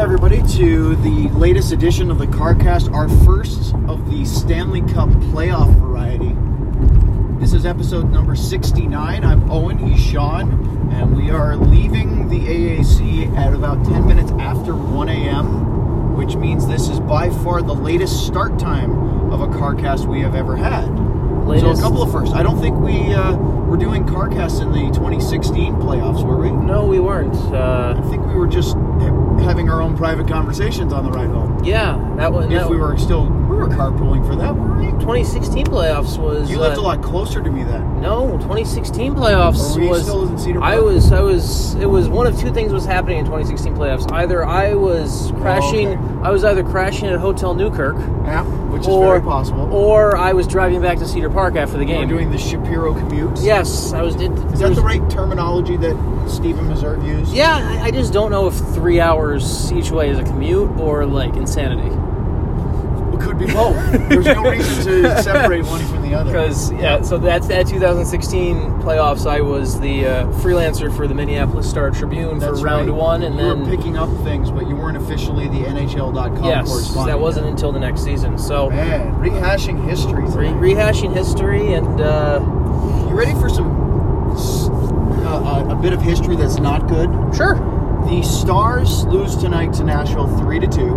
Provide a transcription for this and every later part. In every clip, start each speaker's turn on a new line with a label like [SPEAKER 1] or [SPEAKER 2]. [SPEAKER 1] everybody, to the latest edition of the CarCast, our first of the Stanley Cup playoff variety. This is episode number 69. I'm Owen, he's Sean, and we are leaving the AAC at about 10 minutes after 1 a.m., which means this is by far the latest start time of a CarCast we have ever had. So,
[SPEAKER 2] Latest-
[SPEAKER 1] a couple of firsts. I don't think we uh, were doing CarCast in the 2016 playoffs, were we?
[SPEAKER 2] No, we weren't. Uh,
[SPEAKER 1] I think we were just ha- having our own private conversations on the ride home.
[SPEAKER 2] yeah, that one.
[SPEAKER 1] If
[SPEAKER 2] that-
[SPEAKER 1] we were still, we were carpooling for that, were we?
[SPEAKER 2] 2016 playoffs was.
[SPEAKER 1] You lived
[SPEAKER 2] uh,
[SPEAKER 1] a lot closer to me then.
[SPEAKER 2] No, 2016 playoffs
[SPEAKER 1] Were we
[SPEAKER 2] was.
[SPEAKER 1] still in Cedar
[SPEAKER 2] I
[SPEAKER 1] Brook?
[SPEAKER 2] was. I was. It was one of two things was happening in 2016 playoffs. Either I was crashing.
[SPEAKER 1] Oh, okay.
[SPEAKER 2] I was either crashing at Hotel Newkirk,
[SPEAKER 1] Yeah, which is
[SPEAKER 2] or
[SPEAKER 1] very possible.
[SPEAKER 2] or I was driving back to Cedar Park after the
[SPEAKER 1] you were
[SPEAKER 2] game.
[SPEAKER 1] doing the Shapiro commute.
[SPEAKER 2] yes, I was. Did,
[SPEAKER 1] Is that the right terminology that Stephen Mazur used?
[SPEAKER 2] Yeah, I, I just don't know if three hours each way is a commute or like insanity.
[SPEAKER 1] It could be both. There's no reason to separate one from the other.
[SPEAKER 2] Because yeah, so that's that 2016 playoffs. I was the uh, freelancer for the Minneapolis Star Tribune
[SPEAKER 1] That's
[SPEAKER 2] for round
[SPEAKER 1] right.
[SPEAKER 2] one, and
[SPEAKER 1] you
[SPEAKER 2] then
[SPEAKER 1] were picking up things, but you weren't officially the NHL.com
[SPEAKER 2] yes,
[SPEAKER 1] correspondent.
[SPEAKER 2] that wasn't until the next season. So
[SPEAKER 1] Man, rehashing history.
[SPEAKER 2] re-
[SPEAKER 1] tonight.
[SPEAKER 2] rehashing history, and uh,
[SPEAKER 1] You ready for some s- uh, uh, a bit of history that's not good?
[SPEAKER 2] sure,
[SPEAKER 1] The Stars lose tonight to Nashville three to two,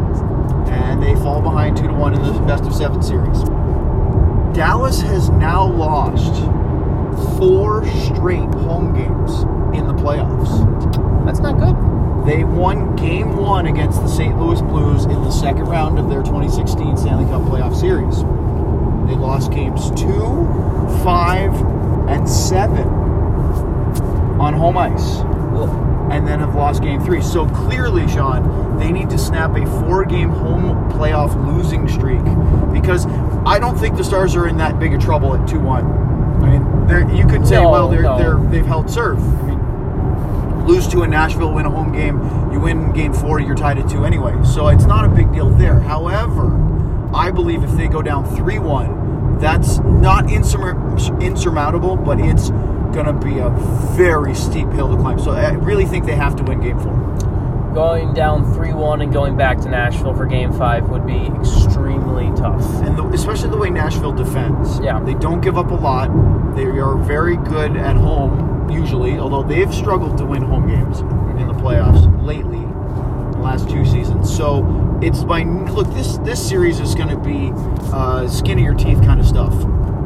[SPEAKER 1] and they fall behind two to one in the best of seven series. Dallas has now lost four straight home games in the playoffs.
[SPEAKER 2] that's not good.
[SPEAKER 1] They won Game One against the St. Louis Blues in the second round of their 2016 Stanley Cup playoff series. They lost games two, five, and seven on home ice
[SPEAKER 2] Well,
[SPEAKER 1] and then have lost game three. So clearly, Sean, they need to snap a four game home playoff losing streak because I don't think the Stars are in that big of trouble at 2 1. I mean, they're- you could say,
[SPEAKER 2] No,
[SPEAKER 1] well, they're,
[SPEAKER 2] no.
[SPEAKER 1] they're, they've held serve. I mean, lose to a Nashville, win a home game, you win game four, you're tied at two anyway. So it's not a big deal there. However, I believe if they go down 3 1, that's not insurmou- insurmountable, but it's going to be a very steep hill to climb. So I really think they have to win game four.
[SPEAKER 2] going down three one and going back to Nashville for Game Five would be extremely tough.
[SPEAKER 1] And the, especially the way Nashville defends.
[SPEAKER 2] Yeah.
[SPEAKER 1] They don't give up a lot, they are very good at home, usually, although they've struggled to win home games in the playoffs lately. the last two seasons. So it's by look this this series is going to be uh, skin of your teeth kind of stuff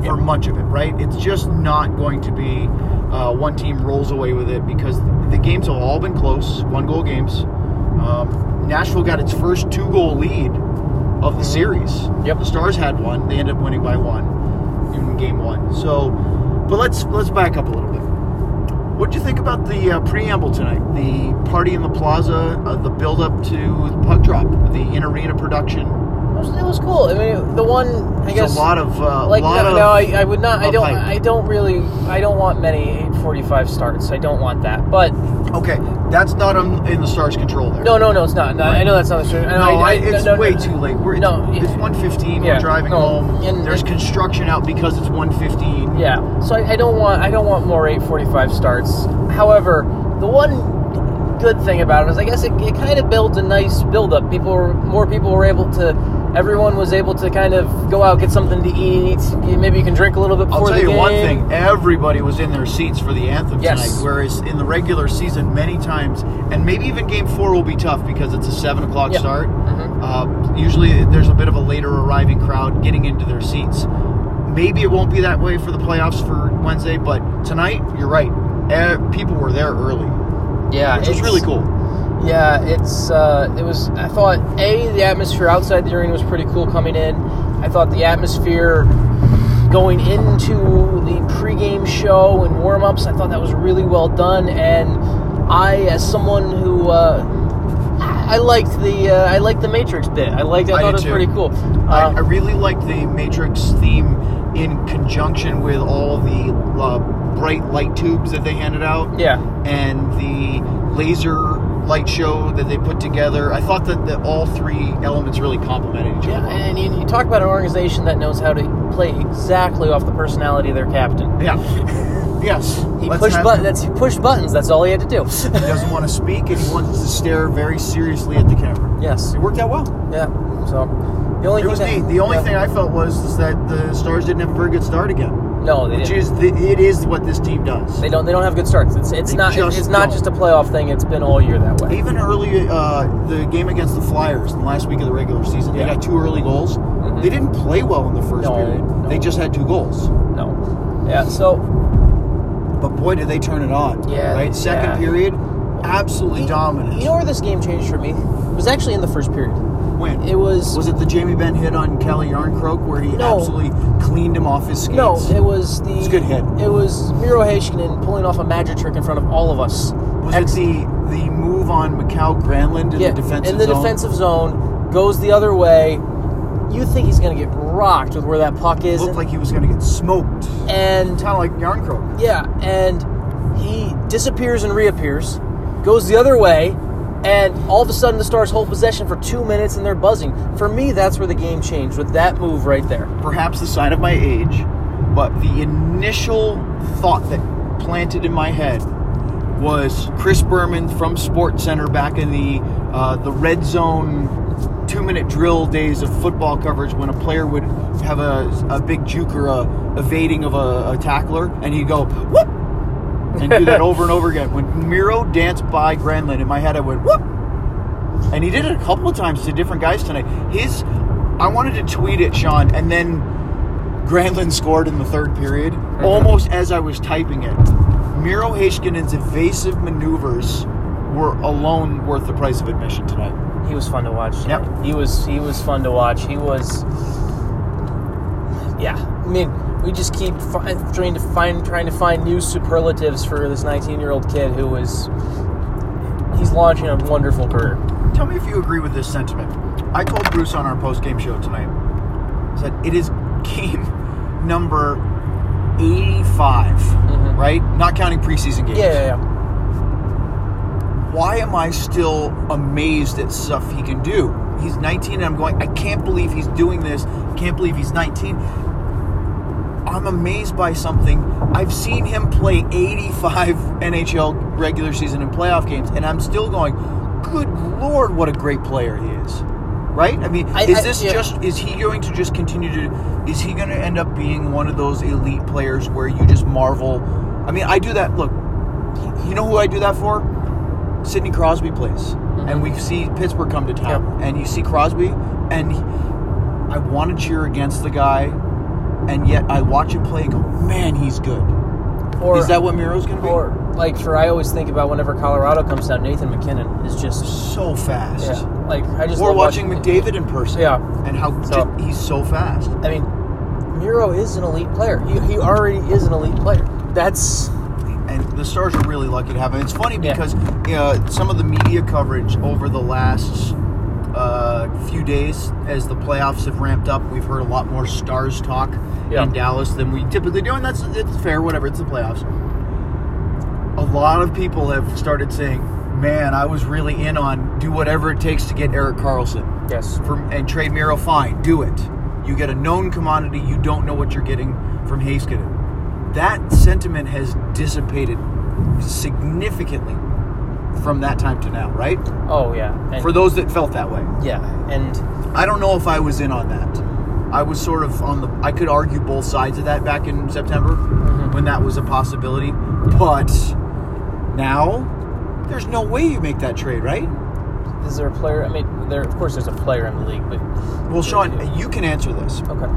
[SPEAKER 1] for much of it, right? It's just not going to be uh, one team rolls away with it because the games have all been close, one goal games. Um, Nashville got its first two goal lead of the series.
[SPEAKER 2] Mm-hmm. Yep.
[SPEAKER 1] the Stars had one; they ended up winning by one in game one. So, but let's let's back up a little bit. What do you think about the uh, preamble tonight? The party in the plaza, uh, the build up to the puck drop, the in arena production.
[SPEAKER 2] It was, it was cool. I mean, the one I
[SPEAKER 1] There's
[SPEAKER 2] guess
[SPEAKER 1] a lot of uh,
[SPEAKER 2] like
[SPEAKER 1] lot
[SPEAKER 2] no,
[SPEAKER 1] of
[SPEAKER 2] no I, I would not i
[SPEAKER 1] of
[SPEAKER 2] don't
[SPEAKER 1] hype.
[SPEAKER 2] i don't really i don't want many 845 starts i don't want that but
[SPEAKER 1] okay. That's not on, in the stars' control there.
[SPEAKER 2] no no no it's not No, i know that's not the truth
[SPEAKER 1] No, I, it's way too late. We're,
[SPEAKER 2] No,
[SPEAKER 1] it's,
[SPEAKER 2] yeah.
[SPEAKER 1] it's 1.15,
[SPEAKER 2] Yeah,
[SPEAKER 1] we're driving
[SPEAKER 2] no,
[SPEAKER 1] home.
[SPEAKER 2] and-
[SPEAKER 1] There's
[SPEAKER 2] and-
[SPEAKER 1] construction out because it's 1.15.
[SPEAKER 2] yeah so I, I don't want i don't want more 845 starts however the one good thing about it is i guess it, it kind of builds a nice build up people were, more people were able to everyone was able to kind of go out get something to eat maybe you can drink a little bit
[SPEAKER 1] I'll
[SPEAKER 2] before
[SPEAKER 1] tell
[SPEAKER 2] the
[SPEAKER 1] you
[SPEAKER 2] game
[SPEAKER 1] one thing: everybody was in their seats for the anthem
[SPEAKER 2] Yes.
[SPEAKER 1] tonight. Whereas in the regular season, many times, and maybe even Game Four will be tough because it's a seven o'clock
[SPEAKER 2] Yeah.
[SPEAKER 1] start.
[SPEAKER 2] Mhm.
[SPEAKER 1] Uh, usually, there's a bit of a later arriving crowd getting into their seats. Maybe it won't be that way for the playoffs for Wednesday, but tonight, you're right. Eh, people were there early,
[SPEAKER 2] yeah
[SPEAKER 1] which was
[SPEAKER 2] it's-
[SPEAKER 1] really cool.
[SPEAKER 2] Yeah, it's uh, it was. I thought a the atmosphere outside the arena was pretty cool coming in. I thought the atmosphere going into the pregame show and warm ups. I thought that was really well done. And I, as someone who uh, I liked the uh, I liked the Matrix bit. I liked. I,
[SPEAKER 1] I
[SPEAKER 2] thought it
[SPEAKER 1] did
[SPEAKER 2] was
[SPEAKER 1] too.
[SPEAKER 2] pretty cool.
[SPEAKER 1] I, I
[SPEAKER 2] Uh,
[SPEAKER 1] really like the Matrix theme in conjunction with all the uh, bright light tubes that they handed out.
[SPEAKER 2] yeah,
[SPEAKER 1] and the laser light show that they put together. I thought that the, all three elements really complemented each
[SPEAKER 2] yeah.
[SPEAKER 1] other.
[SPEAKER 2] And you, you talk about an organization that knows how to play exactly off the personality of their captain.
[SPEAKER 1] Yeah. Yes.
[SPEAKER 2] He
[SPEAKER 1] let's
[SPEAKER 2] pushed
[SPEAKER 1] have-
[SPEAKER 2] buttons. That's he pushed buttons. That's all he had to do.
[SPEAKER 1] He doesn't want to speak, and he wants to stare very seriously at the camera.
[SPEAKER 2] yes.
[SPEAKER 1] It worked out well.
[SPEAKER 2] Yeah. So the only
[SPEAKER 1] It was neat.
[SPEAKER 2] thing that-
[SPEAKER 1] The only
[SPEAKER 2] yeah.
[SPEAKER 1] thing I felt was is that the Stars didn't have a very good start again,
[SPEAKER 2] no, they
[SPEAKER 1] which
[SPEAKER 2] didn't.
[SPEAKER 1] is the, it is what this team does.
[SPEAKER 2] They don't. They don't have good starts. It's it's
[SPEAKER 1] They
[SPEAKER 2] not.
[SPEAKER 1] just
[SPEAKER 2] it's not
[SPEAKER 1] don't.
[SPEAKER 2] just a playoff thing. It's been all year that way.
[SPEAKER 1] Even early, uh, the game against the Flyers in the last week of the regular season,
[SPEAKER 2] Yeah. Mm-hmm.
[SPEAKER 1] they got two early goals. They didn't play well in the first
[SPEAKER 2] No,
[SPEAKER 1] period.
[SPEAKER 2] no.
[SPEAKER 1] They just had two goals.
[SPEAKER 2] No. Yeah. So
[SPEAKER 1] But boy, did they turn it on.
[SPEAKER 2] Yeah,
[SPEAKER 1] Right? Second
[SPEAKER 2] yeah.
[SPEAKER 1] period, absolutely dominant.
[SPEAKER 2] you know where this game changed for me It was actually in the first period.
[SPEAKER 1] Win.
[SPEAKER 2] It was.
[SPEAKER 1] Was it the Jamie Benn hit on Kelly Yarncroke where he
[SPEAKER 2] No.
[SPEAKER 1] absolutely cleaned him off his skates?
[SPEAKER 2] No, it was the.
[SPEAKER 1] It's a good hit.
[SPEAKER 2] It was Miro Heiskanen pulling off a magic trick in front of all of us.
[SPEAKER 1] was it the the move on Macau Granlund in
[SPEAKER 2] yeah,
[SPEAKER 1] the defensive
[SPEAKER 2] in the
[SPEAKER 1] zone?
[SPEAKER 2] defensive zone, goes the other way. You think he's going to get rocked with where that puck is,
[SPEAKER 1] looked like he was going to get smoked.
[SPEAKER 2] and
[SPEAKER 1] Kind of like Yarncroke.
[SPEAKER 2] yeah, and he disappears and reappears, goes the other way, and all of a sudden the Stars hold possession for two minutes and they're buzzing. For me, that's where the game changed with that move right there.
[SPEAKER 1] Perhaps the sign of my age, but the initial thought that planted in my head was Chris Berman from Sports Center back in the uh, the red zone two minute drill days of football coverage when a player would have a, a big juke or a evading of a, a tackler and he'd go whoop and do that over and over again. When Miro danced by Granlund in my head, I went whoop, and he did it a couple of times to different guys tonight. His I wanted to tweet it, Sean, and then Granlund scored in the third period,
[SPEAKER 2] Mm-hmm.
[SPEAKER 1] almost as I was typing it. Miro Heishkinen's evasive maneuvers were alone worth the price of admission tonight.
[SPEAKER 2] He was fun to watch.
[SPEAKER 1] Yep.
[SPEAKER 2] He was he was fun to watch. He was Yeah. I mean, we just keep fi- trying to find trying to find new superlatives for this 19-year-old kid who is he's launching a wonderful career.
[SPEAKER 1] Tell me if you agree with this sentiment. I told Bruce on our post-game show tonight. I Said it is game number 85,
[SPEAKER 2] Mhm.
[SPEAKER 1] right? Not counting preseason games.
[SPEAKER 2] Yeah, yeah, yeah.
[SPEAKER 1] Why am I still amazed at stuff he can do? He's 19 and I'm going, I can't believe he's doing this. Can't believe he's 19. I'm amazed by something. I've seen him play 85 NHL regular season and playoff games, and I'm still going, good lord, what a great player he is. Right? I mean,
[SPEAKER 2] I-
[SPEAKER 1] is
[SPEAKER 2] I-
[SPEAKER 1] this
[SPEAKER 2] yeah.
[SPEAKER 1] just, is he going to just continue to, is he going to end up being one of those elite players where you just marvel? I mean, I do that. Look, you know who I do that for? Sidney Crosby plays.
[SPEAKER 2] Mm-hmm.
[SPEAKER 1] And we see Pittsburgh come to town, and you see Crosby, and he- I want to cheer against the guy and yet I watch him play and go, man, he's good.
[SPEAKER 2] Or
[SPEAKER 1] Is that what Miro's going to be?
[SPEAKER 2] or like for I always think about whenever Colorado comes down, Nathan McKinnon is just
[SPEAKER 1] so fast.
[SPEAKER 2] yeah, like I just
[SPEAKER 1] Or
[SPEAKER 2] love
[SPEAKER 1] watching McDavid in person.
[SPEAKER 2] Yeah.
[SPEAKER 1] And how
[SPEAKER 2] So-
[SPEAKER 1] ju- he's so fast.
[SPEAKER 2] I mean, Miro is an elite player. He, he already is an elite player. That's
[SPEAKER 1] And the Stars are really lucky to have him. It's funny
[SPEAKER 2] Yeah.
[SPEAKER 1] because uh, some of the media coverage over the last uh, few days, as the playoffs have ramped up, we've heard a lot more Stars talk
[SPEAKER 2] Yeah.
[SPEAKER 1] in Dallas than we typically do, and that's it's fair. Whatever, it's the playoffs. a lot of people have started saying, "Man, I was really in on do whatever it takes to get Eric Carlson
[SPEAKER 2] yes.
[SPEAKER 1] for, and trade Miro. Fine, do it. You get a known commodity. You don't know what you're getting from Haskinen. That sentiment has dissipated significantly from that time to now, right?
[SPEAKER 2] Oh yeah. And,
[SPEAKER 1] For those that felt that way,
[SPEAKER 2] yeah, and
[SPEAKER 1] I don't know if I was in on that. I was sort of on the. I could argue both sides of that back in September when that was a possibility, but now there's no way you make that trade, right?
[SPEAKER 2] is there a player? I mean, there of course there's a player in the league, but
[SPEAKER 1] Well, Sean, you can answer this.
[SPEAKER 2] okay.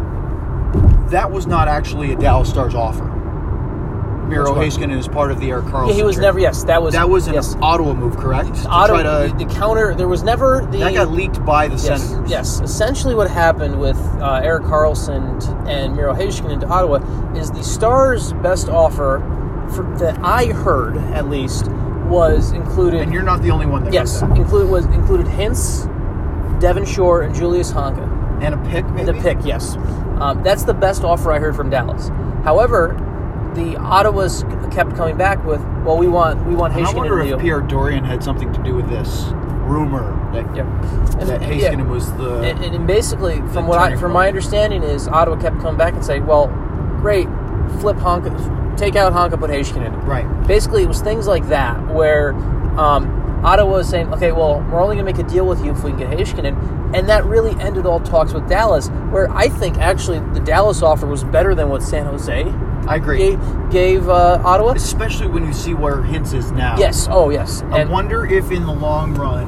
[SPEAKER 1] That was not actually a Dallas Stars offer. Miro
[SPEAKER 2] Which one?
[SPEAKER 1] Haskinen is part of the Eric Carlson.
[SPEAKER 2] Yeah, he was
[SPEAKER 1] trade.
[SPEAKER 2] never. Yes, that was
[SPEAKER 1] That was an
[SPEAKER 2] yes.
[SPEAKER 1] Ottawa move, correct? To
[SPEAKER 2] Ottawa-
[SPEAKER 1] try to-
[SPEAKER 2] the counter. There was never the
[SPEAKER 1] that got leaked by the
[SPEAKER 2] yes,
[SPEAKER 1] Senators.
[SPEAKER 2] Yes. Essentially, what happened with uh, Eric Carlson t- and Miro Heiskanen to Ottawa is the Stars' best offer for, that I heard, at least, was included.
[SPEAKER 1] And you're not the only one that
[SPEAKER 2] Yes,
[SPEAKER 1] heard
[SPEAKER 2] include was included Hints, Devon Shore, and Julius Honka.
[SPEAKER 1] that. And a pick, maybe?
[SPEAKER 2] The pick, yes, um, that's the best offer I heard from Dallas. However, the Ottawa's kept coming back with, "Well, we want we want
[SPEAKER 1] And I
[SPEAKER 2] Haskinen
[SPEAKER 1] wonder
[SPEAKER 2] to
[SPEAKER 1] if
[SPEAKER 2] deal."
[SPEAKER 1] Pierre Dorian had something to do with this rumor that,
[SPEAKER 2] yeah, And-
[SPEAKER 1] that
[SPEAKER 2] and- yeah.
[SPEAKER 1] Haskinen was the.
[SPEAKER 2] and, and basically, from what I,
[SPEAKER 1] turning
[SPEAKER 2] from my
[SPEAKER 1] point.
[SPEAKER 2] understanding is, Ottawa kept coming back and saying, "Well, great, flip Honka, take out Honka, put Heiskanen in.
[SPEAKER 1] Right.
[SPEAKER 2] Basically, it was things like that where um, Ottawa was saying, okay, well, we're only going to make a deal with you if we can get Heiskanen. And that really ended all talks with Dallas, where I think actually the Dallas offer was better than what San Jose
[SPEAKER 1] I agree.
[SPEAKER 2] gave, gave uh, Ottawa.
[SPEAKER 1] Especially when you see where Hintz is now.
[SPEAKER 2] Yes. Oh, yes.
[SPEAKER 1] I
[SPEAKER 2] And
[SPEAKER 1] wonder if in the long run,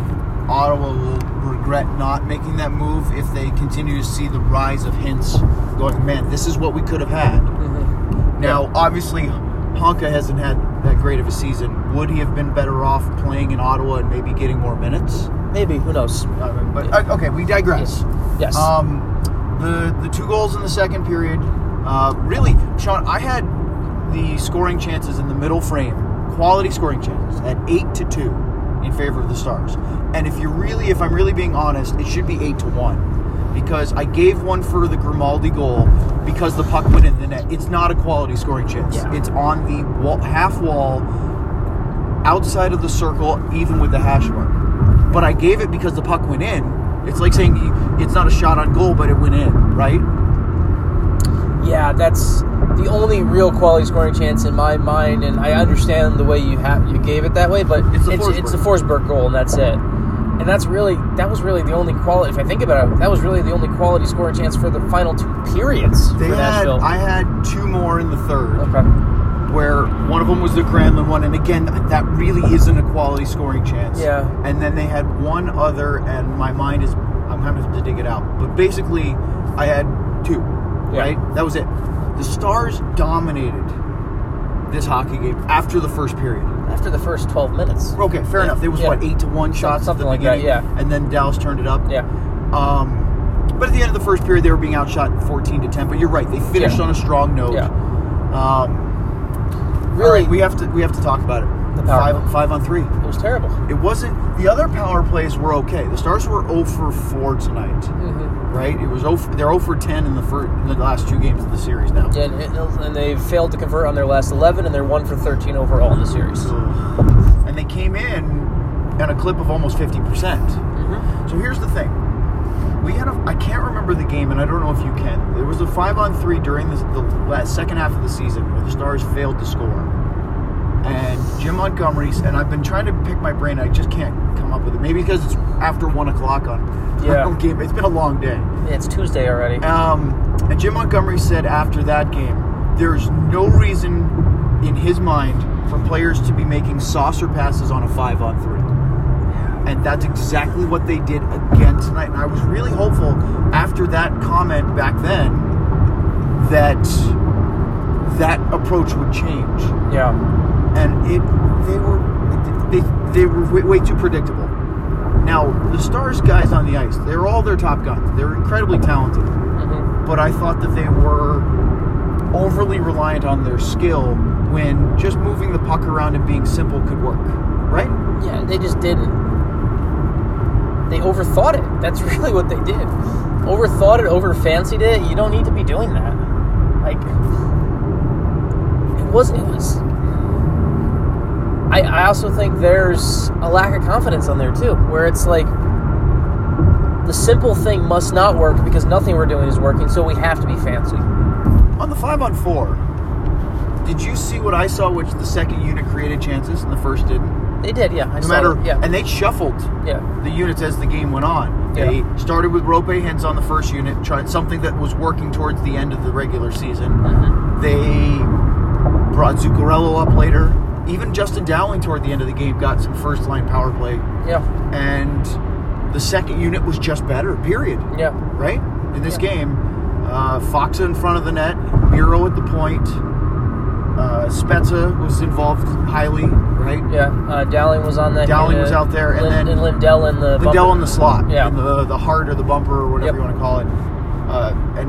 [SPEAKER 1] Ottawa will regret not making that move if they continue to see the rise of hints going, man, this is what we could have had.
[SPEAKER 2] Mhm.
[SPEAKER 1] Now, obviously, Honka hasn't had that great of a season. Would he have been better off playing in Ottawa and maybe getting more minutes?
[SPEAKER 2] maybe who knows?
[SPEAKER 1] I mean, but uh, okay, we digress.
[SPEAKER 2] Yes.
[SPEAKER 1] Um, the the two goals in the second period, uh, really, Sean. I had the scoring chances in the middle frame, quality scoring chances at eight to two in favor of the Stars. And if you really, if I'm really being honest, it should be eight to one because I gave one for the Grimaldi goal because the puck went in the net. It's not a quality scoring chance.
[SPEAKER 2] Yeah.
[SPEAKER 1] It's on the wall, half wall outside of the circle, even with the hash mark. But I gave it because the puck went in. It's like saying you- it's not a shot on goal, but it went in, right?
[SPEAKER 2] yeah, that's the only real quality scoring chance in my mind, and I understand the way you have you gave it that way, but
[SPEAKER 1] It's the
[SPEAKER 2] it's, it's the Forsberg goal, and that's it. And that's really that was really the only quality. If I think about it, that was really the only quality scoring chance for the final two periods
[SPEAKER 1] They
[SPEAKER 2] for
[SPEAKER 1] had
[SPEAKER 2] Nashville.
[SPEAKER 1] I had two more in the third,
[SPEAKER 2] okay.
[SPEAKER 1] where one of them was the Granlund one, and again that really isn't a quality scoring chance.
[SPEAKER 2] Yeah.
[SPEAKER 1] And then they had one other, and my mind is I'm having to dig it out. But basically, I had two.
[SPEAKER 2] Yeah.
[SPEAKER 1] Right. That was it. The Stars dominated this hockey game after the first period.
[SPEAKER 2] After the first twelve minutes.
[SPEAKER 1] Okay, fair
[SPEAKER 2] Yeah.
[SPEAKER 1] enough. There was
[SPEAKER 2] Yeah.
[SPEAKER 1] what eight to one shots
[SPEAKER 2] something
[SPEAKER 1] at
[SPEAKER 2] like
[SPEAKER 1] the
[SPEAKER 2] that,
[SPEAKER 1] beginning,
[SPEAKER 2] yeah.
[SPEAKER 1] and then Dallas turned it up.
[SPEAKER 2] Yeah.
[SPEAKER 1] Um, but at the end of the first period, they were being outshot fourteen to ten. But you're right; they finished
[SPEAKER 2] Yeah.
[SPEAKER 1] on a strong note.
[SPEAKER 2] Yeah.
[SPEAKER 1] Um, all
[SPEAKER 2] Really
[SPEAKER 1] right, we have to we have to talk about it.
[SPEAKER 2] The power
[SPEAKER 1] five five on three.
[SPEAKER 2] it was terrible.
[SPEAKER 1] It wasn't the other power plays were okay. The Stars were zero for four tonight,
[SPEAKER 2] Mm-hmm.
[SPEAKER 1] right? It was 0 for, they're zero for ten in the first in the last two games of the series now.
[SPEAKER 2] And, and they failed to convert on their last eleven, and they're one for thirteen overall in the series.
[SPEAKER 1] So, and they came in at a clip of almost fifty percent.
[SPEAKER 2] Mm-hmm.
[SPEAKER 1] So here's the thing. We had a, I can't remember the game, and I don't know if you can. There was a five on three during the, the la- second half of the season where the Stars failed to score. And Jim Montgomery's, and I've been trying to pick my brain, I just can't come up with it. Maybe because it's after one o'clock on
[SPEAKER 2] Yeah.
[SPEAKER 1] on game. It's been a long day.
[SPEAKER 2] It's Tuesday already.
[SPEAKER 1] Um, and Jim Montgomery said after that game, there's no reason in his mind for players to be making saucer passes on a five on three. And that's exactly what they did again tonight. And I was really hopeful after that comment back then that that approach would change.
[SPEAKER 2] yeah.
[SPEAKER 1] And it they were they, they were way, way too predictable. Now, the Stars guys on the ice, they're all their top guns. They're incredibly talented
[SPEAKER 2] Mm-hmm.
[SPEAKER 1] but I thought that they were overly reliant on their skill when just moving the puck around and being simple could work, right?
[SPEAKER 2] Yeah, they just didn't. They overthought it. That's really what they did. Overthought it, overfancied it. You don't need to be doing that. Like, it wasn't. It was. I, I also think there's a lack of confidence on there too, where it's like the simple thing must not work because nothing we're doing is working, so we have to be fancy.
[SPEAKER 1] On the five on four, did you see what I saw? Which the second unit created chances and the first didn't.
[SPEAKER 2] They did, yeah. I
[SPEAKER 1] No
[SPEAKER 2] saw
[SPEAKER 1] matter,
[SPEAKER 2] it, yeah,
[SPEAKER 1] and they shuffled
[SPEAKER 2] yeah,
[SPEAKER 1] the units as the game went on.
[SPEAKER 2] Yeah.
[SPEAKER 1] They started with Rope Hens on the first unit, tried something that was working towards the end of the regular season.
[SPEAKER 2] Mhm.
[SPEAKER 1] They brought Zuccarello up later. Even Justin Dowling toward the end of the game got some first line power play
[SPEAKER 2] yeah,
[SPEAKER 1] and the second unit was just better. Period.
[SPEAKER 2] yeah.
[SPEAKER 1] Right in this
[SPEAKER 2] Yeah.
[SPEAKER 1] game, uh, Foxa in front of the net, Miro at the point, uh, Spezza was involved highly. Right,
[SPEAKER 2] Yeah, uh, Dowling was on that.
[SPEAKER 1] Dowling
[SPEAKER 2] unit.
[SPEAKER 1] was out there, and
[SPEAKER 2] Lin-
[SPEAKER 1] then-
[SPEAKER 2] and Lindell in the
[SPEAKER 1] Lindell
[SPEAKER 2] bumper.
[SPEAKER 1] in the slot,
[SPEAKER 2] Yeah.
[SPEAKER 1] in the the heart or the bumper or whatever
[SPEAKER 2] Yep.
[SPEAKER 1] you want to call it. Uh, and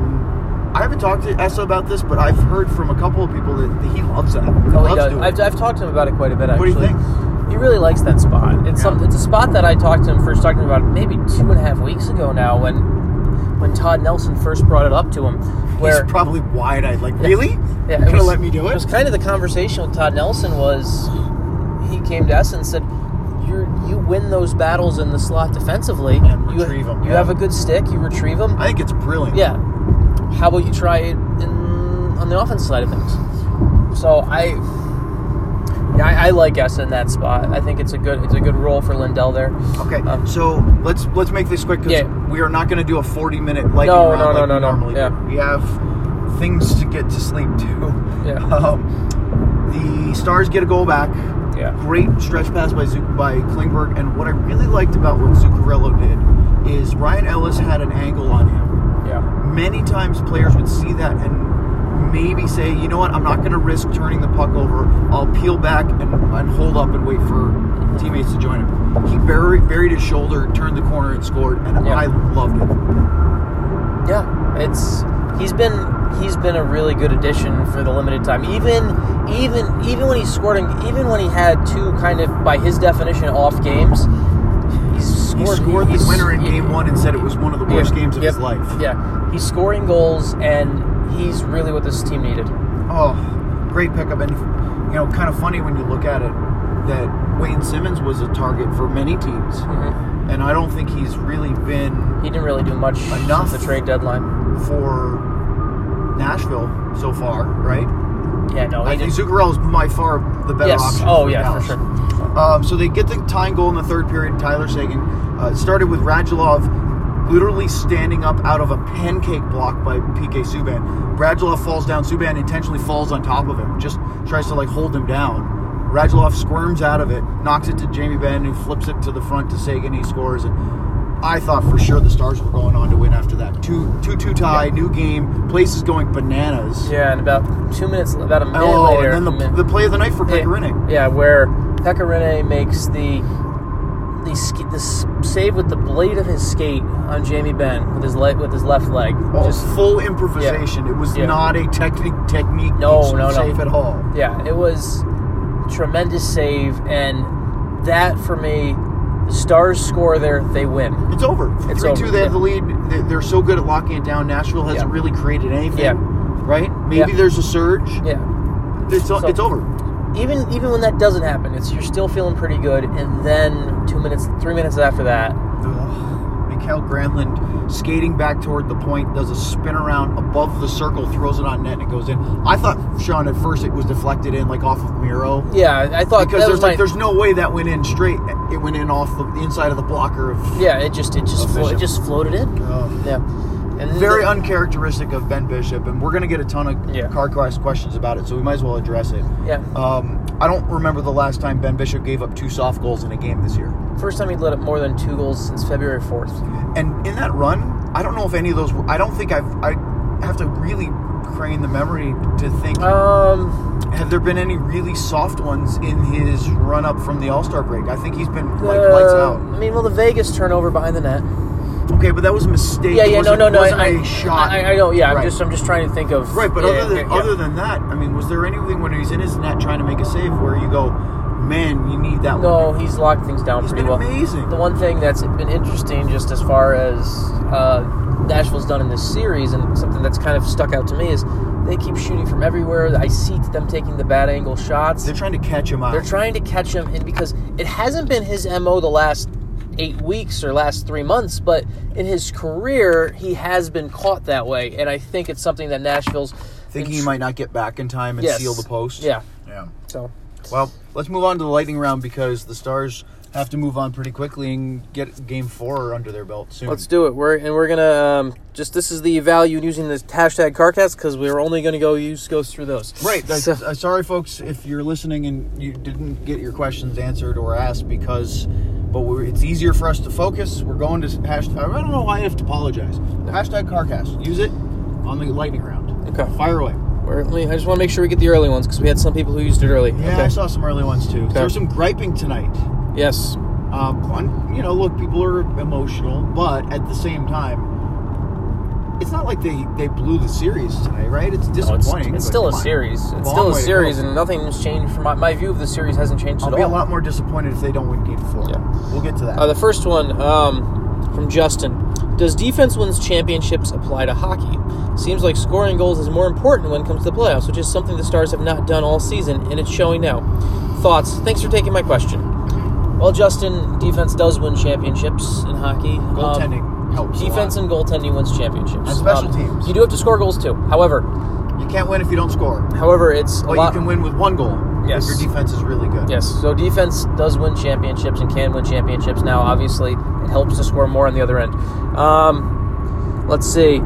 [SPEAKER 1] I haven't talked to Essa about this, but I've heard from a couple of people that, that he loves that. He
[SPEAKER 2] Oh,
[SPEAKER 1] loves
[SPEAKER 2] he does.
[SPEAKER 1] doing
[SPEAKER 2] I've,
[SPEAKER 1] it.
[SPEAKER 2] I've talked to him about it quite a bit.
[SPEAKER 1] What do you
[SPEAKER 2] Actually,
[SPEAKER 1] think?
[SPEAKER 2] He really likes that spot. It's
[SPEAKER 1] Yeah.
[SPEAKER 2] some. It's a spot that I talked to him first. Talking about maybe two and a half weeks ago now, when when Todd Nelson first brought it up to him, where
[SPEAKER 1] He's probably wide-eyed, like really?
[SPEAKER 2] Yeah, it
[SPEAKER 1] You're gonna
[SPEAKER 2] was-
[SPEAKER 1] let me do
[SPEAKER 2] It
[SPEAKER 1] it?
[SPEAKER 2] was kind of the conversation with Todd Nelson was he came to us and said, "You you win those battles in the slot defensively.
[SPEAKER 1] And
[SPEAKER 2] you,
[SPEAKER 1] retrieve 'em,
[SPEAKER 2] You
[SPEAKER 1] yeah.
[SPEAKER 2] have a good stick. You retrieve them.
[SPEAKER 1] I think it's brilliant.
[SPEAKER 2] Yeah. How about you try it in, on the offense side of things? So I, yeah, I, I like us in that spot. I think it's a good it's a good role for Lindell there.
[SPEAKER 1] Okay,
[SPEAKER 2] Um,
[SPEAKER 1] so let's let's make this quick because
[SPEAKER 2] Yeah.
[SPEAKER 1] we are not going to do a forty-minute lightning
[SPEAKER 2] No,
[SPEAKER 1] round
[SPEAKER 2] no, no,
[SPEAKER 1] like
[SPEAKER 2] no,
[SPEAKER 1] we
[SPEAKER 2] no.
[SPEAKER 1] normally
[SPEAKER 2] Yeah.
[SPEAKER 1] do. We have things to get to sleep to.
[SPEAKER 2] Yeah,
[SPEAKER 1] Um, the Stars get a goal back.
[SPEAKER 2] yeah,
[SPEAKER 1] Great stretch pass by Zu- by Klingberg, and what I really liked about what Zuccarello did is Ryan Ellis had an angle on him.
[SPEAKER 2] yeah,
[SPEAKER 1] Many times players would see that and maybe say, you know what, I'm not going to risk turning the puck over. I'll peel back and, and hold up and wait for teammates to join him. He buried, buried his shoulder, turned the corner, and scored, and
[SPEAKER 2] Yeah.
[SPEAKER 1] I loved it.
[SPEAKER 2] yeah. It's he's been he's been a really good addition for the limited time. Even even even when he scored in- even when he had two kind of by his definition off games, he's
[SPEAKER 1] He
[SPEAKER 2] scored
[SPEAKER 1] scored the
[SPEAKER 2] he's-
[SPEAKER 1] winner in
[SPEAKER 2] he-
[SPEAKER 1] game one and said it was one of the worst
[SPEAKER 2] yeah,
[SPEAKER 1] games of
[SPEAKER 2] yep,
[SPEAKER 1] his life.
[SPEAKER 2] Yeah, he's scoring goals and he's really what this team needed.
[SPEAKER 1] Oh, great pickup. And, you know, kind of funny when you look at it that Wayne Simmons was a target for many teams. And I don't think he's really been
[SPEAKER 2] Mm-hmm. He didn't really do much
[SPEAKER 1] Enough.
[SPEAKER 2] since the trade deadline.
[SPEAKER 1] for Nashville so far, right?
[SPEAKER 2] Yeah, no, he
[SPEAKER 1] I think
[SPEAKER 2] didn't.
[SPEAKER 1] Zuccarello is by far the better
[SPEAKER 2] Yes.
[SPEAKER 1] option.
[SPEAKER 2] Oh,
[SPEAKER 1] for
[SPEAKER 2] yeah, for
[SPEAKER 1] Dallas.
[SPEAKER 2] sure.
[SPEAKER 1] Um, so they get the tying goal in the third period. Tyler Sagan uh, it started with Radulov literally standing up out of a pancake block by PK Subban. Radulov falls down. Subban intentionally falls on top of him, just tries to like hold him down. Radulov squirms out of it, knocks it to Jamie Benn, who flips it to the front to Sagan. He scores. And I thought for sure the Stars were going on to win after that. Two two two tie, new game. Place is going bananas.
[SPEAKER 2] Yeah, and about two minutes, about a minute
[SPEAKER 1] Oh,
[SPEAKER 2] later.
[SPEAKER 1] and then
[SPEAKER 2] min-
[SPEAKER 1] the, the play of the night for
[SPEAKER 2] yeah,
[SPEAKER 1] Pekarinek.
[SPEAKER 2] Yeah, where Pecorine makes the the, ski, the s- save with the blade of his skate on Jamie Ben with his le- with his left leg.
[SPEAKER 1] all
[SPEAKER 2] Just
[SPEAKER 1] full improvisation. It was
[SPEAKER 2] Yeah.
[SPEAKER 1] not a technique technique
[SPEAKER 2] No, no, no.
[SPEAKER 1] safe at all.
[SPEAKER 2] yeah, it was tremendous save, and that for me, the Stars score there, they win.
[SPEAKER 1] It's over.
[SPEAKER 2] It's
[SPEAKER 1] Three
[SPEAKER 2] over,
[SPEAKER 1] two. They have
[SPEAKER 2] yeah.
[SPEAKER 1] the lead. They- They're so good at locking it down. Nashville hasn't
[SPEAKER 2] Yeah.
[SPEAKER 1] really created anything.
[SPEAKER 2] Yeah.
[SPEAKER 1] Right? Maybe
[SPEAKER 2] Yeah.
[SPEAKER 1] there's a surge.
[SPEAKER 2] Yeah.
[SPEAKER 1] It's,
[SPEAKER 2] So-
[SPEAKER 1] it's over.
[SPEAKER 2] even even when that doesn't happen, it's you're still feeling pretty good, and then two minutes, three minutes after that,
[SPEAKER 1] Ugh. Mikael Granlund skating back toward the point does a spin around above the circle, throws it on net, and it goes in. I thought Sean at first it was deflected in like off of Miro.
[SPEAKER 2] yeah, I thought
[SPEAKER 1] Because
[SPEAKER 2] that
[SPEAKER 1] there's
[SPEAKER 2] was my,
[SPEAKER 1] like there's no way that went in straight. It went in off the inside of the blocker of
[SPEAKER 2] yeah, it just it just flo-
[SPEAKER 1] Efficient.
[SPEAKER 2] it just floated in,
[SPEAKER 1] Ugh.
[SPEAKER 2] yeah, and
[SPEAKER 1] very
[SPEAKER 2] the-
[SPEAKER 1] uncharacteristic of Ben Bishop, and we're going to get a ton of
[SPEAKER 2] Yeah.
[SPEAKER 1] car crash questions about it, so we might as well address it.
[SPEAKER 2] yeah,
[SPEAKER 1] Um, I don't remember the last time Ben Bishop gave up two soft goals in a game this year.
[SPEAKER 2] first time he'd let up more than two goals since February fourth.
[SPEAKER 1] And in that run, I don't know if any of those. Were, I don't think I've. I have to really crane the memory to think.
[SPEAKER 2] Um,
[SPEAKER 1] have there been any really soft ones in his run up from the All Star break? I think he's been like
[SPEAKER 2] the-
[SPEAKER 1] lights out.
[SPEAKER 2] I mean, well, the Vegas turnover behind the net.
[SPEAKER 1] Okay, but that was a mistake.
[SPEAKER 2] Yeah,
[SPEAKER 1] It
[SPEAKER 2] yeah, no,
[SPEAKER 1] wasn't-
[SPEAKER 2] no, no.
[SPEAKER 1] wasn't
[SPEAKER 2] I,
[SPEAKER 1] a shot.
[SPEAKER 2] I, I know. Yeah,
[SPEAKER 1] Right.
[SPEAKER 2] I'm just I'm just trying to think of
[SPEAKER 1] Right, but
[SPEAKER 2] yeah,
[SPEAKER 1] other than
[SPEAKER 2] yeah,
[SPEAKER 1] other than that, I mean, was there anything when he's in his net trying to make a save where you go, man, you need that
[SPEAKER 2] No,
[SPEAKER 1] one?
[SPEAKER 2] he's locked things down
[SPEAKER 1] He's
[SPEAKER 2] pretty
[SPEAKER 1] been
[SPEAKER 2] well.
[SPEAKER 1] amazing.
[SPEAKER 2] The one thing that's been interesting, just as far as uh, Nashville's done in this series, and something that's kind of stuck out to me is they keep shooting from everywhere. I see them taking the bad angle shots.
[SPEAKER 1] They're trying to catch him out.
[SPEAKER 2] They're trying to catch him, and because it hasn't been his mo the last eight weeks or last three months, but in his career he has been caught that way, and I think it's something that Nashville's
[SPEAKER 1] thinking he might not get back in time and
[SPEAKER 2] Yes.
[SPEAKER 1] seal the post.
[SPEAKER 2] Yeah.
[SPEAKER 1] Yeah.
[SPEAKER 2] So
[SPEAKER 1] Well, let's move on to the lightning round because the Stars have to move on pretty quickly and get Game Four under their belt soon.
[SPEAKER 2] Let's do it. We're and we're gonna um, just this is the value in using this hashtag CarCast because we're only gonna go use goes through those.
[SPEAKER 1] Right. I,
[SPEAKER 2] So,
[SPEAKER 1] I- sorry, folks, if you're listening and you didn't get your questions answered or asked because, but we're, it's easier for us to focus. We're going to hashtag. I don't know why I have to apologize. Hashtag CarCast. Use it on the lightning round.
[SPEAKER 2] okay.
[SPEAKER 1] Fire away.
[SPEAKER 2] We're, let me- I just want to make sure we get the early ones because we had some people who used it early.
[SPEAKER 1] Yeah,
[SPEAKER 2] Okay.
[SPEAKER 1] I saw some early ones too. There was some griping tonight.
[SPEAKER 2] Yes.
[SPEAKER 1] Um, on- you know, look, people are emotional, but at the same time, it's not like they, they blew the series tonight, right? It's
[SPEAKER 2] No, it's,
[SPEAKER 1] disappointing.
[SPEAKER 2] it's
[SPEAKER 1] but
[SPEAKER 2] still a
[SPEAKER 1] come on.
[SPEAKER 2] series.
[SPEAKER 1] Long
[SPEAKER 2] It's still a
[SPEAKER 1] way to
[SPEAKER 2] series,
[SPEAKER 1] go.
[SPEAKER 2] and nothing's changed. From my, my view of the series hasn't changed
[SPEAKER 1] I'll
[SPEAKER 2] at
[SPEAKER 1] be a
[SPEAKER 2] all.
[SPEAKER 1] lot more disappointed if they don't win Game Four.
[SPEAKER 2] Yeah.
[SPEAKER 1] We'll get to that.
[SPEAKER 2] Uh, the first one um, from Justin. Does defense wins championships apply to hockey? Seems like scoring goals is more important when it comes to the playoffs, which is something the Stars have not done all season, and it's showing now. Thoughts? Thanks for taking my question. Well, Justin, defense does win championships in hockey. Um,
[SPEAKER 1] Goaltending helps. a
[SPEAKER 2] defense
[SPEAKER 1] lot.
[SPEAKER 2] and goaltending wins championships. Um,
[SPEAKER 1] And special teams.
[SPEAKER 2] You do have to score goals too. However,
[SPEAKER 1] You can't win if you don't score.
[SPEAKER 2] However, it's a
[SPEAKER 1] But
[SPEAKER 2] lot.
[SPEAKER 1] you can win with one goal.
[SPEAKER 2] Yes.
[SPEAKER 1] If your defense is really good.
[SPEAKER 2] Yes. So defense does win championships and can win championships. Now, obviously, it helps to score more on the other end. Um, let's see.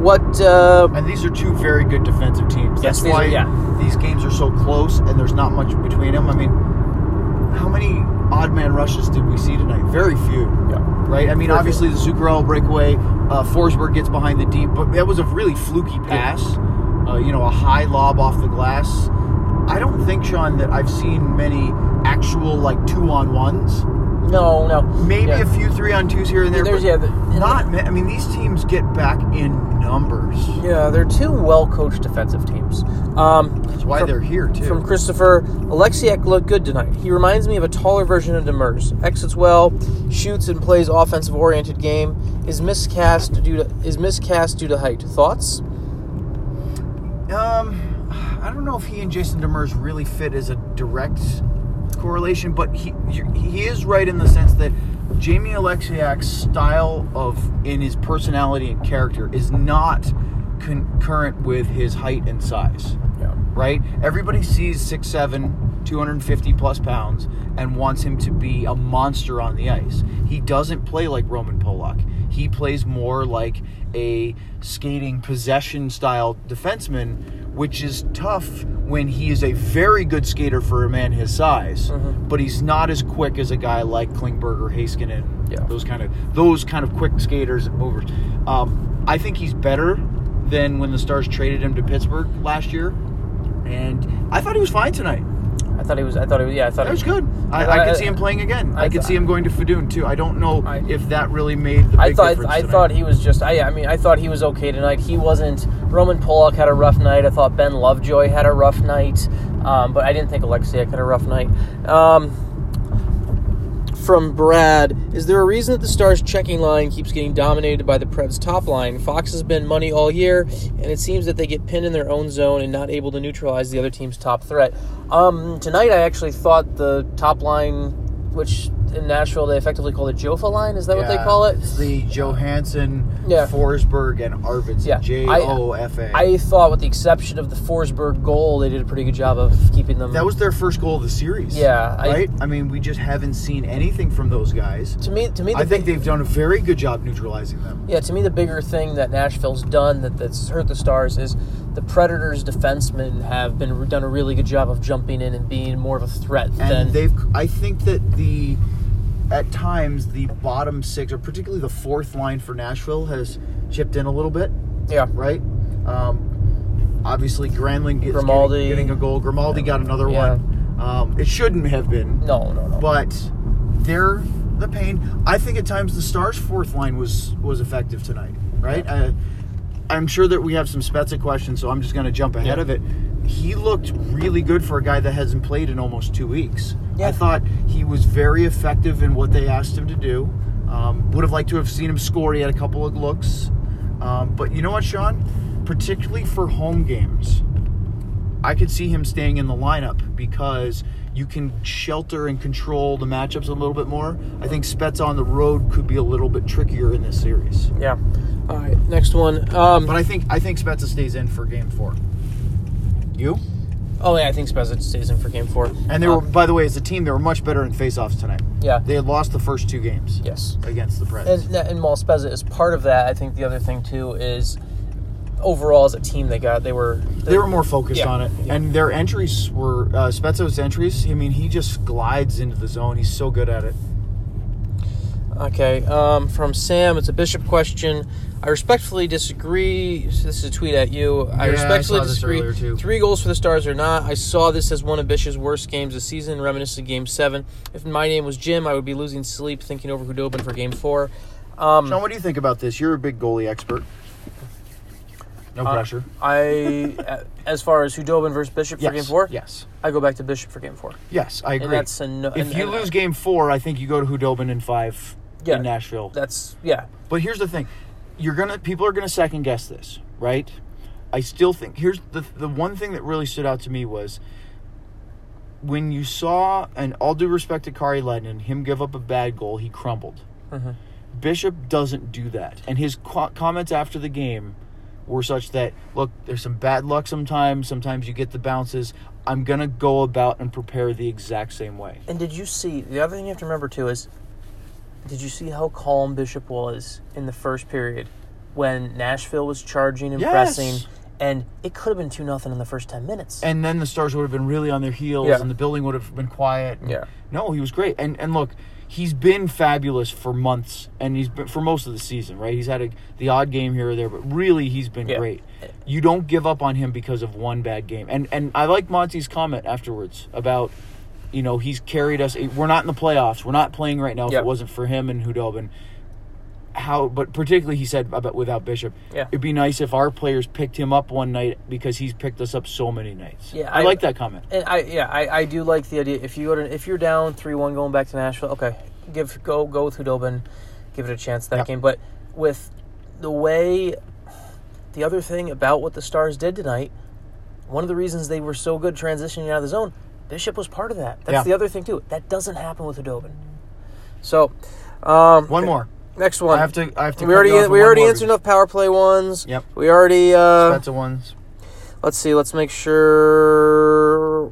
[SPEAKER 2] What? Uh,
[SPEAKER 1] And these are two very good defensive teams.
[SPEAKER 2] Yes,
[SPEAKER 1] That's
[SPEAKER 2] these are-
[SPEAKER 1] why
[SPEAKER 2] yeah.
[SPEAKER 1] these games are so close and there's not much between them. I mean, how many odd man rushes did we see tonight? Very few,
[SPEAKER 2] yeah.
[SPEAKER 1] right? I mean,
[SPEAKER 2] Very
[SPEAKER 1] obviously the Zuccarello breakaway, uh, Forsberg gets behind the deep, but that was a really fluky pass. Uh, you know, a high lob off the glass. I don't think, Sean, that I've seen many actual like two on ones.
[SPEAKER 2] No, no.
[SPEAKER 1] Maybe
[SPEAKER 2] Yeah.
[SPEAKER 1] a few three on twos here and there.
[SPEAKER 2] There's
[SPEAKER 1] but
[SPEAKER 2] yeah. The,
[SPEAKER 1] Not, ma- I mean, these teams get back in numbers.
[SPEAKER 2] yeah, they're two well-coached defensive teams. Um,
[SPEAKER 1] That's why
[SPEAKER 2] From-
[SPEAKER 1] they're here too.
[SPEAKER 2] From Christopher, Alexiak looked good tonight. He reminds me of a taller version of Demers. Exits well, shoots and plays offensive-oriented game. Is miscast due to is miscast due to height. Thoughts?
[SPEAKER 1] Um, I don't know if he and Jason Demers really fit as a direct correlation, but he you- he is right in the sense that Jamie Alexiak's style of in his personality and character is not concurrent with his height and size.
[SPEAKER 2] Yeah.
[SPEAKER 1] Right? Everybody sees 6'7", 250 plus pounds, and wants him to be a monster on the ice. He doesn't play like Roman Polak. He plays more like a skating possession style defenseman, which is tough when he is a very good skater for a man his size,
[SPEAKER 2] Mhm.
[SPEAKER 1] but he's not as quick as a guy like Klingberger, Haskinen,
[SPEAKER 2] Yeah.
[SPEAKER 1] those kind of those kind of quick skaters and movers. Um, I think he's better than when the Stars traded him to Pittsburgh last year, and I thought he was fine tonight.
[SPEAKER 2] I thought he was. I thought he was. Yeah, I thought
[SPEAKER 1] That was
[SPEAKER 2] he,
[SPEAKER 1] good. I,
[SPEAKER 2] I-
[SPEAKER 1] I, could see him playing again. I,
[SPEAKER 2] I-
[SPEAKER 1] could see him going to Fadoon too. I don't know
[SPEAKER 2] I-
[SPEAKER 1] if that really made the big
[SPEAKER 2] I thought.
[SPEAKER 1] difference
[SPEAKER 2] I
[SPEAKER 1] tonight.
[SPEAKER 2] thought he was just. I. I mean, I thought he was okay tonight. He wasn't. Roman Pollock had a rough night. I thought Ben Lovejoy had a rough night, um, but I didn't think Alexiak had a rough night. Um, from Brad, is there a reason that the Stars' checking line keeps getting dominated by the Preds' top line? Fox has been money all year, and it seems that they get pinned in their own zone and not able to neutralize the other team's top threat. Um, tonight, I actually thought the top line, which in Nashville they effectively call the Jofa line, is that what they
[SPEAKER 1] Yeah,
[SPEAKER 2] call it?
[SPEAKER 1] It's the Johansson,
[SPEAKER 2] Yeah.
[SPEAKER 1] Forsberg, and Arvidsson.
[SPEAKER 2] Yeah, I-
[SPEAKER 1] J O F A.
[SPEAKER 2] I thought, with the exception of the Forsberg goal, they did a pretty good job of keeping them.
[SPEAKER 1] That was their first goal of the series.
[SPEAKER 2] Yeah, I-
[SPEAKER 1] right. I mean, we just haven't seen anything from those guys.
[SPEAKER 2] to me. To me, the,
[SPEAKER 1] I think they've done a very good job neutralizing them.
[SPEAKER 2] yeah. To me, the bigger thing that Nashville's done that, that's hurt the Stars is the Predators' defensemen have been done a really good job of jumping in and being more of a threat
[SPEAKER 1] And
[SPEAKER 2] than
[SPEAKER 1] they've. I think that the at times the bottom six, or particularly the fourth line for Nashville, has chipped in a little bit.
[SPEAKER 2] yeah.
[SPEAKER 1] right? Um, obviously, Granlund gets Getting,
[SPEAKER 2] Grimaldi.
[SPEAKER 1] getting a goal. Grimaldi got another
[SPEAKER 2] Yeah.
[SPEAKER 1] one. Um, it shouldn't have been,
[SPEAKER 2] No, no, no.
[SPEAKER 1] but they're the pain. I think at times the Stars' fourth line was was effective tonight, right? Uh, I'm sure that we have some Spezza questions, so I'm just going to jump ahead
[SPEAKER 2] Yeah.
[SPEAKER 1] of it. He looked really good for a guy that hasn't played in almost two weeks.
[SPEAKER 2] Yeah.
[SPEAKER 1] I thought he was very effective in what they asked him to do. Um, would have liked to have seen him score. He had a couple of looks. Um, but you know what, Sean? Particularly for home games, I could see him staying in the lineup because you can shelter and control the matchups a little bit more. I think Spets on the road could be a little bit trickier in this series.
[SPEAKER 2] yeah. All right, next one. Um,
[SPEAKER 1] But I think I think Spezza stays in for game four. You?
[SPEAKER 2] oh yeah, I think Spezza stays in for Game Four.
[SPEAKER 1] And they
[SPEAKER 2] Uh,
[SPEAKER 1] were, by the way, as a team, they were much better in faceoffs tonight.
[SPEAKER 2] yeah,
[SPEAKER 1] They had lost the first two games
[SPEAKER 2] yes.
[SPEAKER 1] against the Preds.
[SPEAKER 2] And, and Mal Spezza is part of that. I think the other thing too is overall as a team they got they were
[SPEAKER 1] they were more focused
[SPEAKER 2] Yeah.
[SPEAKER 1] on it,
[SPEAKER 2] Yeah.
[SPEAKER 1] and their entries were uh, Spezza's entries. I mean, he just glides into the zone. He's so good at it.
[SPEAKER 2] Hmm. Okay, um, from Sam, it's a bishop question. I respectfully disagree. This is a tweet at you. I
[SPEAKER 1] Yeah, I
[SPEAKER 2] respectfully
[SPEAKER 1] saw this
[SPEAKER 2] disagree.
[SPEAKER 1] earlier, too.
[SPEAKER 2] Three goals for the Stars or not. I saw this as one of Bish's worst games this season, reminiscent of Game 7. If my name was Jim, I would be losing sleep thinking over Hudobin for Game 4. Um,
[SPEAKER 1] Sean, what do you think about this? You're a big goalie expert. No
[SPEAKER 2] Uh,
[SPEAKER 1] pressure.
[SPEAKER 2] I, a- as far as Hudobin versus Bishop
[SPEAKER 1] Yes.
[SPEAKER 2] for Game 4,
[SPEAKER 1] Yes.
[SPEAKER 2] I go back to Bishop for Game 4.
[SPEAKER 1] Yes, I agree.
[SPEAKER 2] And that's a no.
[SPEAKER 1] if
[SPEAKER 2] and-
[SPEAKER 1] you
[SPEAKER 2] and
[SPEAKER 1] lose game four, I think you go to Hudobin in five
[SPEAKER 2] Yeah.
[SPEAKER 1] in Nashville.
[SPEAKER 2] That's, yeah.
[SPEAKER 1] But here's the thing: you're gonna people are gonna second guess this, right? I still think here's the the one thing that really stood out to me was when you saw, and all due respect to Kari Lettinen, him give up a bad goal, he crumbled. Bishop doesn't do that, and his qu- comments after the game were such that look, there's some bad luck sometimes. Sometimes you get the bounces. I'm gonna go about and prepare the exact same way.
[SPEAKER 2] And did you see the other thing you have to remember too is did you see how calm Bishop was in the first period when Nashville was charging and
[SPEAKER 1] Yes.
[SPEAKER 2] pressing and it could have been two nothing in the first ten minutes.
[SPEAKER 1] And then the Stars would have been really on their heels,
[SPEAKER 2] Yeah.
[SPEAKER 1] and the building would have been quiet.
[SPEAKER 2] Yeah.
[SPEAKER 1] No, he was great. And and look, he's been fabulous for months, and he's been for most of the season, right? He's had a, the odd game here or there, but really he's been
[SPEAKER 2] Yeah.
[SPEAKER 1] great. You don't give up on him because of one bad game. And and I like Monty's comment afterwards about. You know he's carried us. We're not in the playoffs. We're not playing right now. If
[SPEAKER 2] Yeah.
[SPEAKER 1] it wasn't for him and Hudobin, how but particularly he said about without Bishop.
[SPEAKER 2] Yeah.
[SPEAKER 1] It'd be nice if our players picked him up one night because he's picked us up so many nights.
[SPEAKER 2] Yeah,
[SPEAKER 1] I,
[SPEAKER 2] I-
[SPEAKER 1] like that comment.
[SPEAKER 2] And I yeah, I, I do like the idea. If you go to, if you're down three one going back to Nashville, okay, give go go with Hudobin, give it a chance that
[SPEAKER 1] Yeah.
[SPEAKER 2] game. But with the way the other thing about what the Stars did tonight, one of the reasons they were so good transitioning out of the zone, Bishop was part of that. That's
[SPEAKER 1] Yeah.
[SPEAKER 2] the other thing too. That doesn't happen with Hudobin. So, um,
[SPEAKER 1] One more.
[SPEAKER 2] next one.
[SPEAKER 1] I have to. I have to.
[SPEAKER 2] we
[SPEAKER 1] cut
[SPEAKER 2] already
[SPEAKER 1] you off
[SPEAKER 2] we
[SPEAKER 1] with one
[SPEAKER 2] already
[SPEAKER 1] more
[SPEAKER 2] answered
[SPEAKER 1] because
[SPEAKER 2] enough power play ones.
[SPEAKER 1] Yep.
[SPEAKER 2] We already uh,
[SPEAKER 1] That's the ones.
[SPEAKER 2] Let's see. Let's make sure.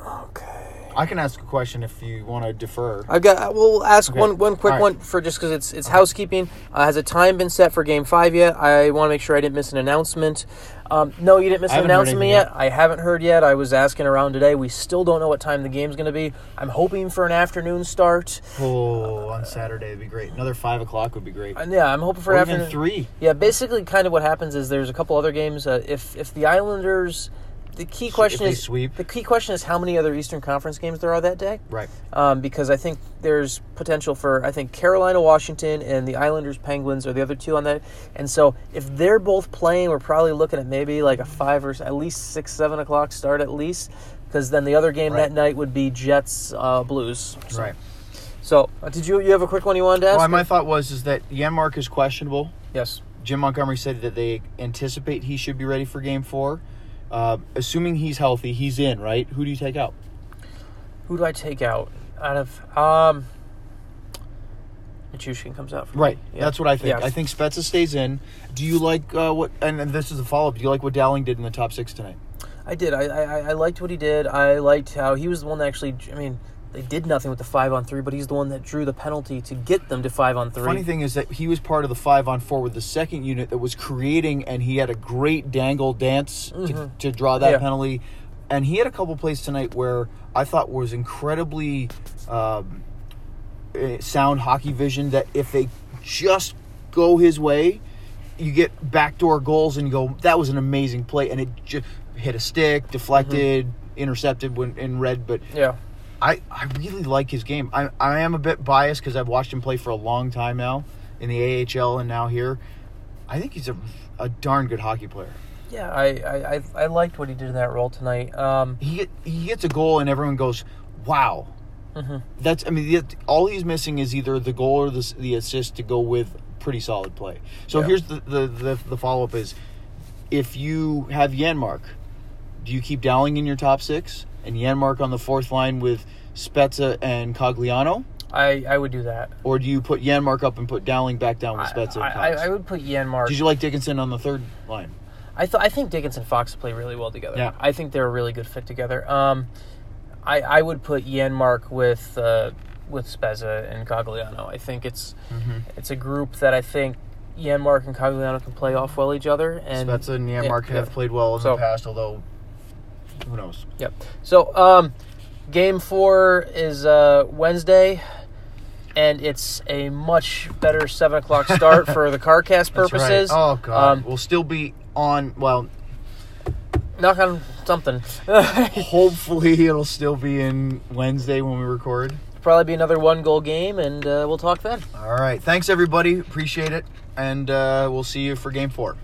[SPEAKER 2] Okay.
[SPEAKER 1] I can ask a question if you want to defer.
[SPEAKER 2] I've got. We'll ask
[SPEAKER 1] Okay.
[SPEAKER 2] one one quick
[SPEAKER 1] All right.
[SPEAKER 2] one for just because it's it's housekeeping. Uh, has a time been set for Game Five yet? I want to make sure I didn't miss an announcement. Um, no, you didn't miss
[SPEAKER 1] I
[SPEAKER 2] an
[SPEAKER 1] haven't heard
[SPEAKER 2] announcement
[SPEAKER 1] anything
[SPEAKER 2] yet.
[SPEAKER 1] yet.
[SPEAKER 2] I haven't heard yet. I was asking around today. We still don't know what time the game's going to be. I'm hoping for an afternoon start.
[SPEAKER 1] Oh, on Saturday would be great. Another five o'clock would be great.
[SPEAKER 2] And yeah, I'm hoping for
[SPEAKER 1] Or
[SPEAKER 2] an
[SPEAKER 1] even
[SPEAKER 2] afternoon.
[SPEAKER 1] three.
[SPEAKER 2] Yeah, basically, kind of what happens is there's a couple other games. Uh, if if the Islanders, the key question
[SPEAKER 1] they
[SPEAKER 2] is
[SPEAKER 1] sweep.
[SPEAKER 2] The key question is how many other Eastern Conference games there are that day,
[SPEAKER 1] Right.
[SPEAKER 2] um, because I think there's potential for I think Carolina, Washington, and the Islanders, Penguins are the other two on that. And so if they're both playing, we're probably looking at maybe like a five or s- at least six, seven o'clock start at least, because then the other game
[SPEAKER 1] Right.
[SPEAKER 2] that night would be Jets, uh, Blues. So,
[SPEAKER 1] Right.
[SPEAKER 2] So uh, did you you have a quick one you wanted to ask?
[SPEAKER 1] Well, my thought was is that Yanmark is questionable.
[SPEAKER 2] yes.
[SPEAKER 1] Jim Montgomery said that they anticipate he should be ready for Game Four. Uh, assuming he's healthy, he's in. Right? Who do you take out?
[SPEAKER 2] Who do I take out? Out of um Nichushkin comes out for me.
[SPEAKER 1] Right.
[SPEAKER 2] Yeah.
[SPEAKER 1] That's what I think.
[SPEAKER 2] Yeah.
[SPEAKER 1] I think Spezza stays in. Do you like uh, what? And, and this is a follow up. Do you like what Dowling did in the top six tonight?
[SPEAKER 2] I did. I, I I- I liked what he did. I liked how he was the one that actually I mean, they did nothing with the five on three, but he's the one that drew the penalty to get them to five on three.
[SPEAKER 1] Funny thing is that he was part of the five on four with the second unit that was creating, and he had a great dangle dance to, to draw that
[SPEAKER 2] Mm-hmm. Yeah.
[SPEAKER 1] penalty. And he had a couple plays tonight where I thought was incredibly um, eh, sound hockey vision. That if they just go his way, you get backdoor goals and you go, that was an amazing play, and it just hit a stick, deflected,
[SPEAKER 2] Mm-hmm.
[SPEAKER 1] intercepted when in red, but.
[SPEAKER 2] Yeah.
[SPEAKER 1] I, I really like his game. I, I am a bit biased because I've watched him play for a long time now in the AHL and now here. I think he's a, a darn good hockey player.
[SPEAKER 2] Yeah, I, I, I, I liked what he did in that role tonight. Um
[SPEAKER 1] He get, he gets a goal and everyone goes, "Wow." That's I mean that, all he's missing is either the goal or the, s- the assist to go with pretty solid play. So
[SPEAKER 2] Yeah.
[SPEAKER 1] here's the the, the, the follow up is if you have Yanmark, do you keep Dowling in your top 6 and Yanmark on the fourth line with Spezza and Cogliano?
[SPEAKER 2] I, I would do that.
[SPEAKER 1] Or do you put Yanmark up and put Dowling back down with
[SPEAKER 2] I,
[SPEAKER 1] Spezza and
[SPEAKER 2] I,
[SPEAKER 1] Cox?
[SPEAKER 2] I would put Yanmark.
[SPEAKER 1] Did you like Dickinson on the third line?
[SPEAKER 2] I th- I think Dickens and Fox play really well together.
[SPEAKER 1] Yeah.
[SPEAKER 2] I think they're a really good fit together. Um, I I would put Yanmark with uh, with Spezza and Cogliano. I think it's
[SPEAKER 1] Mm-hmm.
[SPEAKER 2] it's a group that I think Yanmark and Cogliano can play off well each other. And
[SPEAKER 1] Spezza and Yanmark
[SPEAKER 2] yeah,
[SPEAKER 1] have
[SPEAKER 2] yeah.
[SPEAKER 1] played well in
[SPEAKER 2] So-
[SPEAKER 1] the past, although who knows?
[SPEAKER 2] Yep. So um, game four is uh, Wednesday. And it's a much better seven o'clock start for the CarCast
[SPEAKER 1] That's right.
[SPEAKER 2] purposes.
[SPEAKER 1] Oh god,
[SPEAKER 2] Um,
[SPEAKER 1] we'll still be on. Well,
[SPEAKER 2] knock on something.
[SPEAKER 1] hopefully it'll still be in Wednesday when we record.
[SPEAKER 2] Probably be another one goal game, and uh, we'll talk then.
[SPEAKER 1] All right, thanks everybody, appreciate it, and uh, we'll see you for Game Four.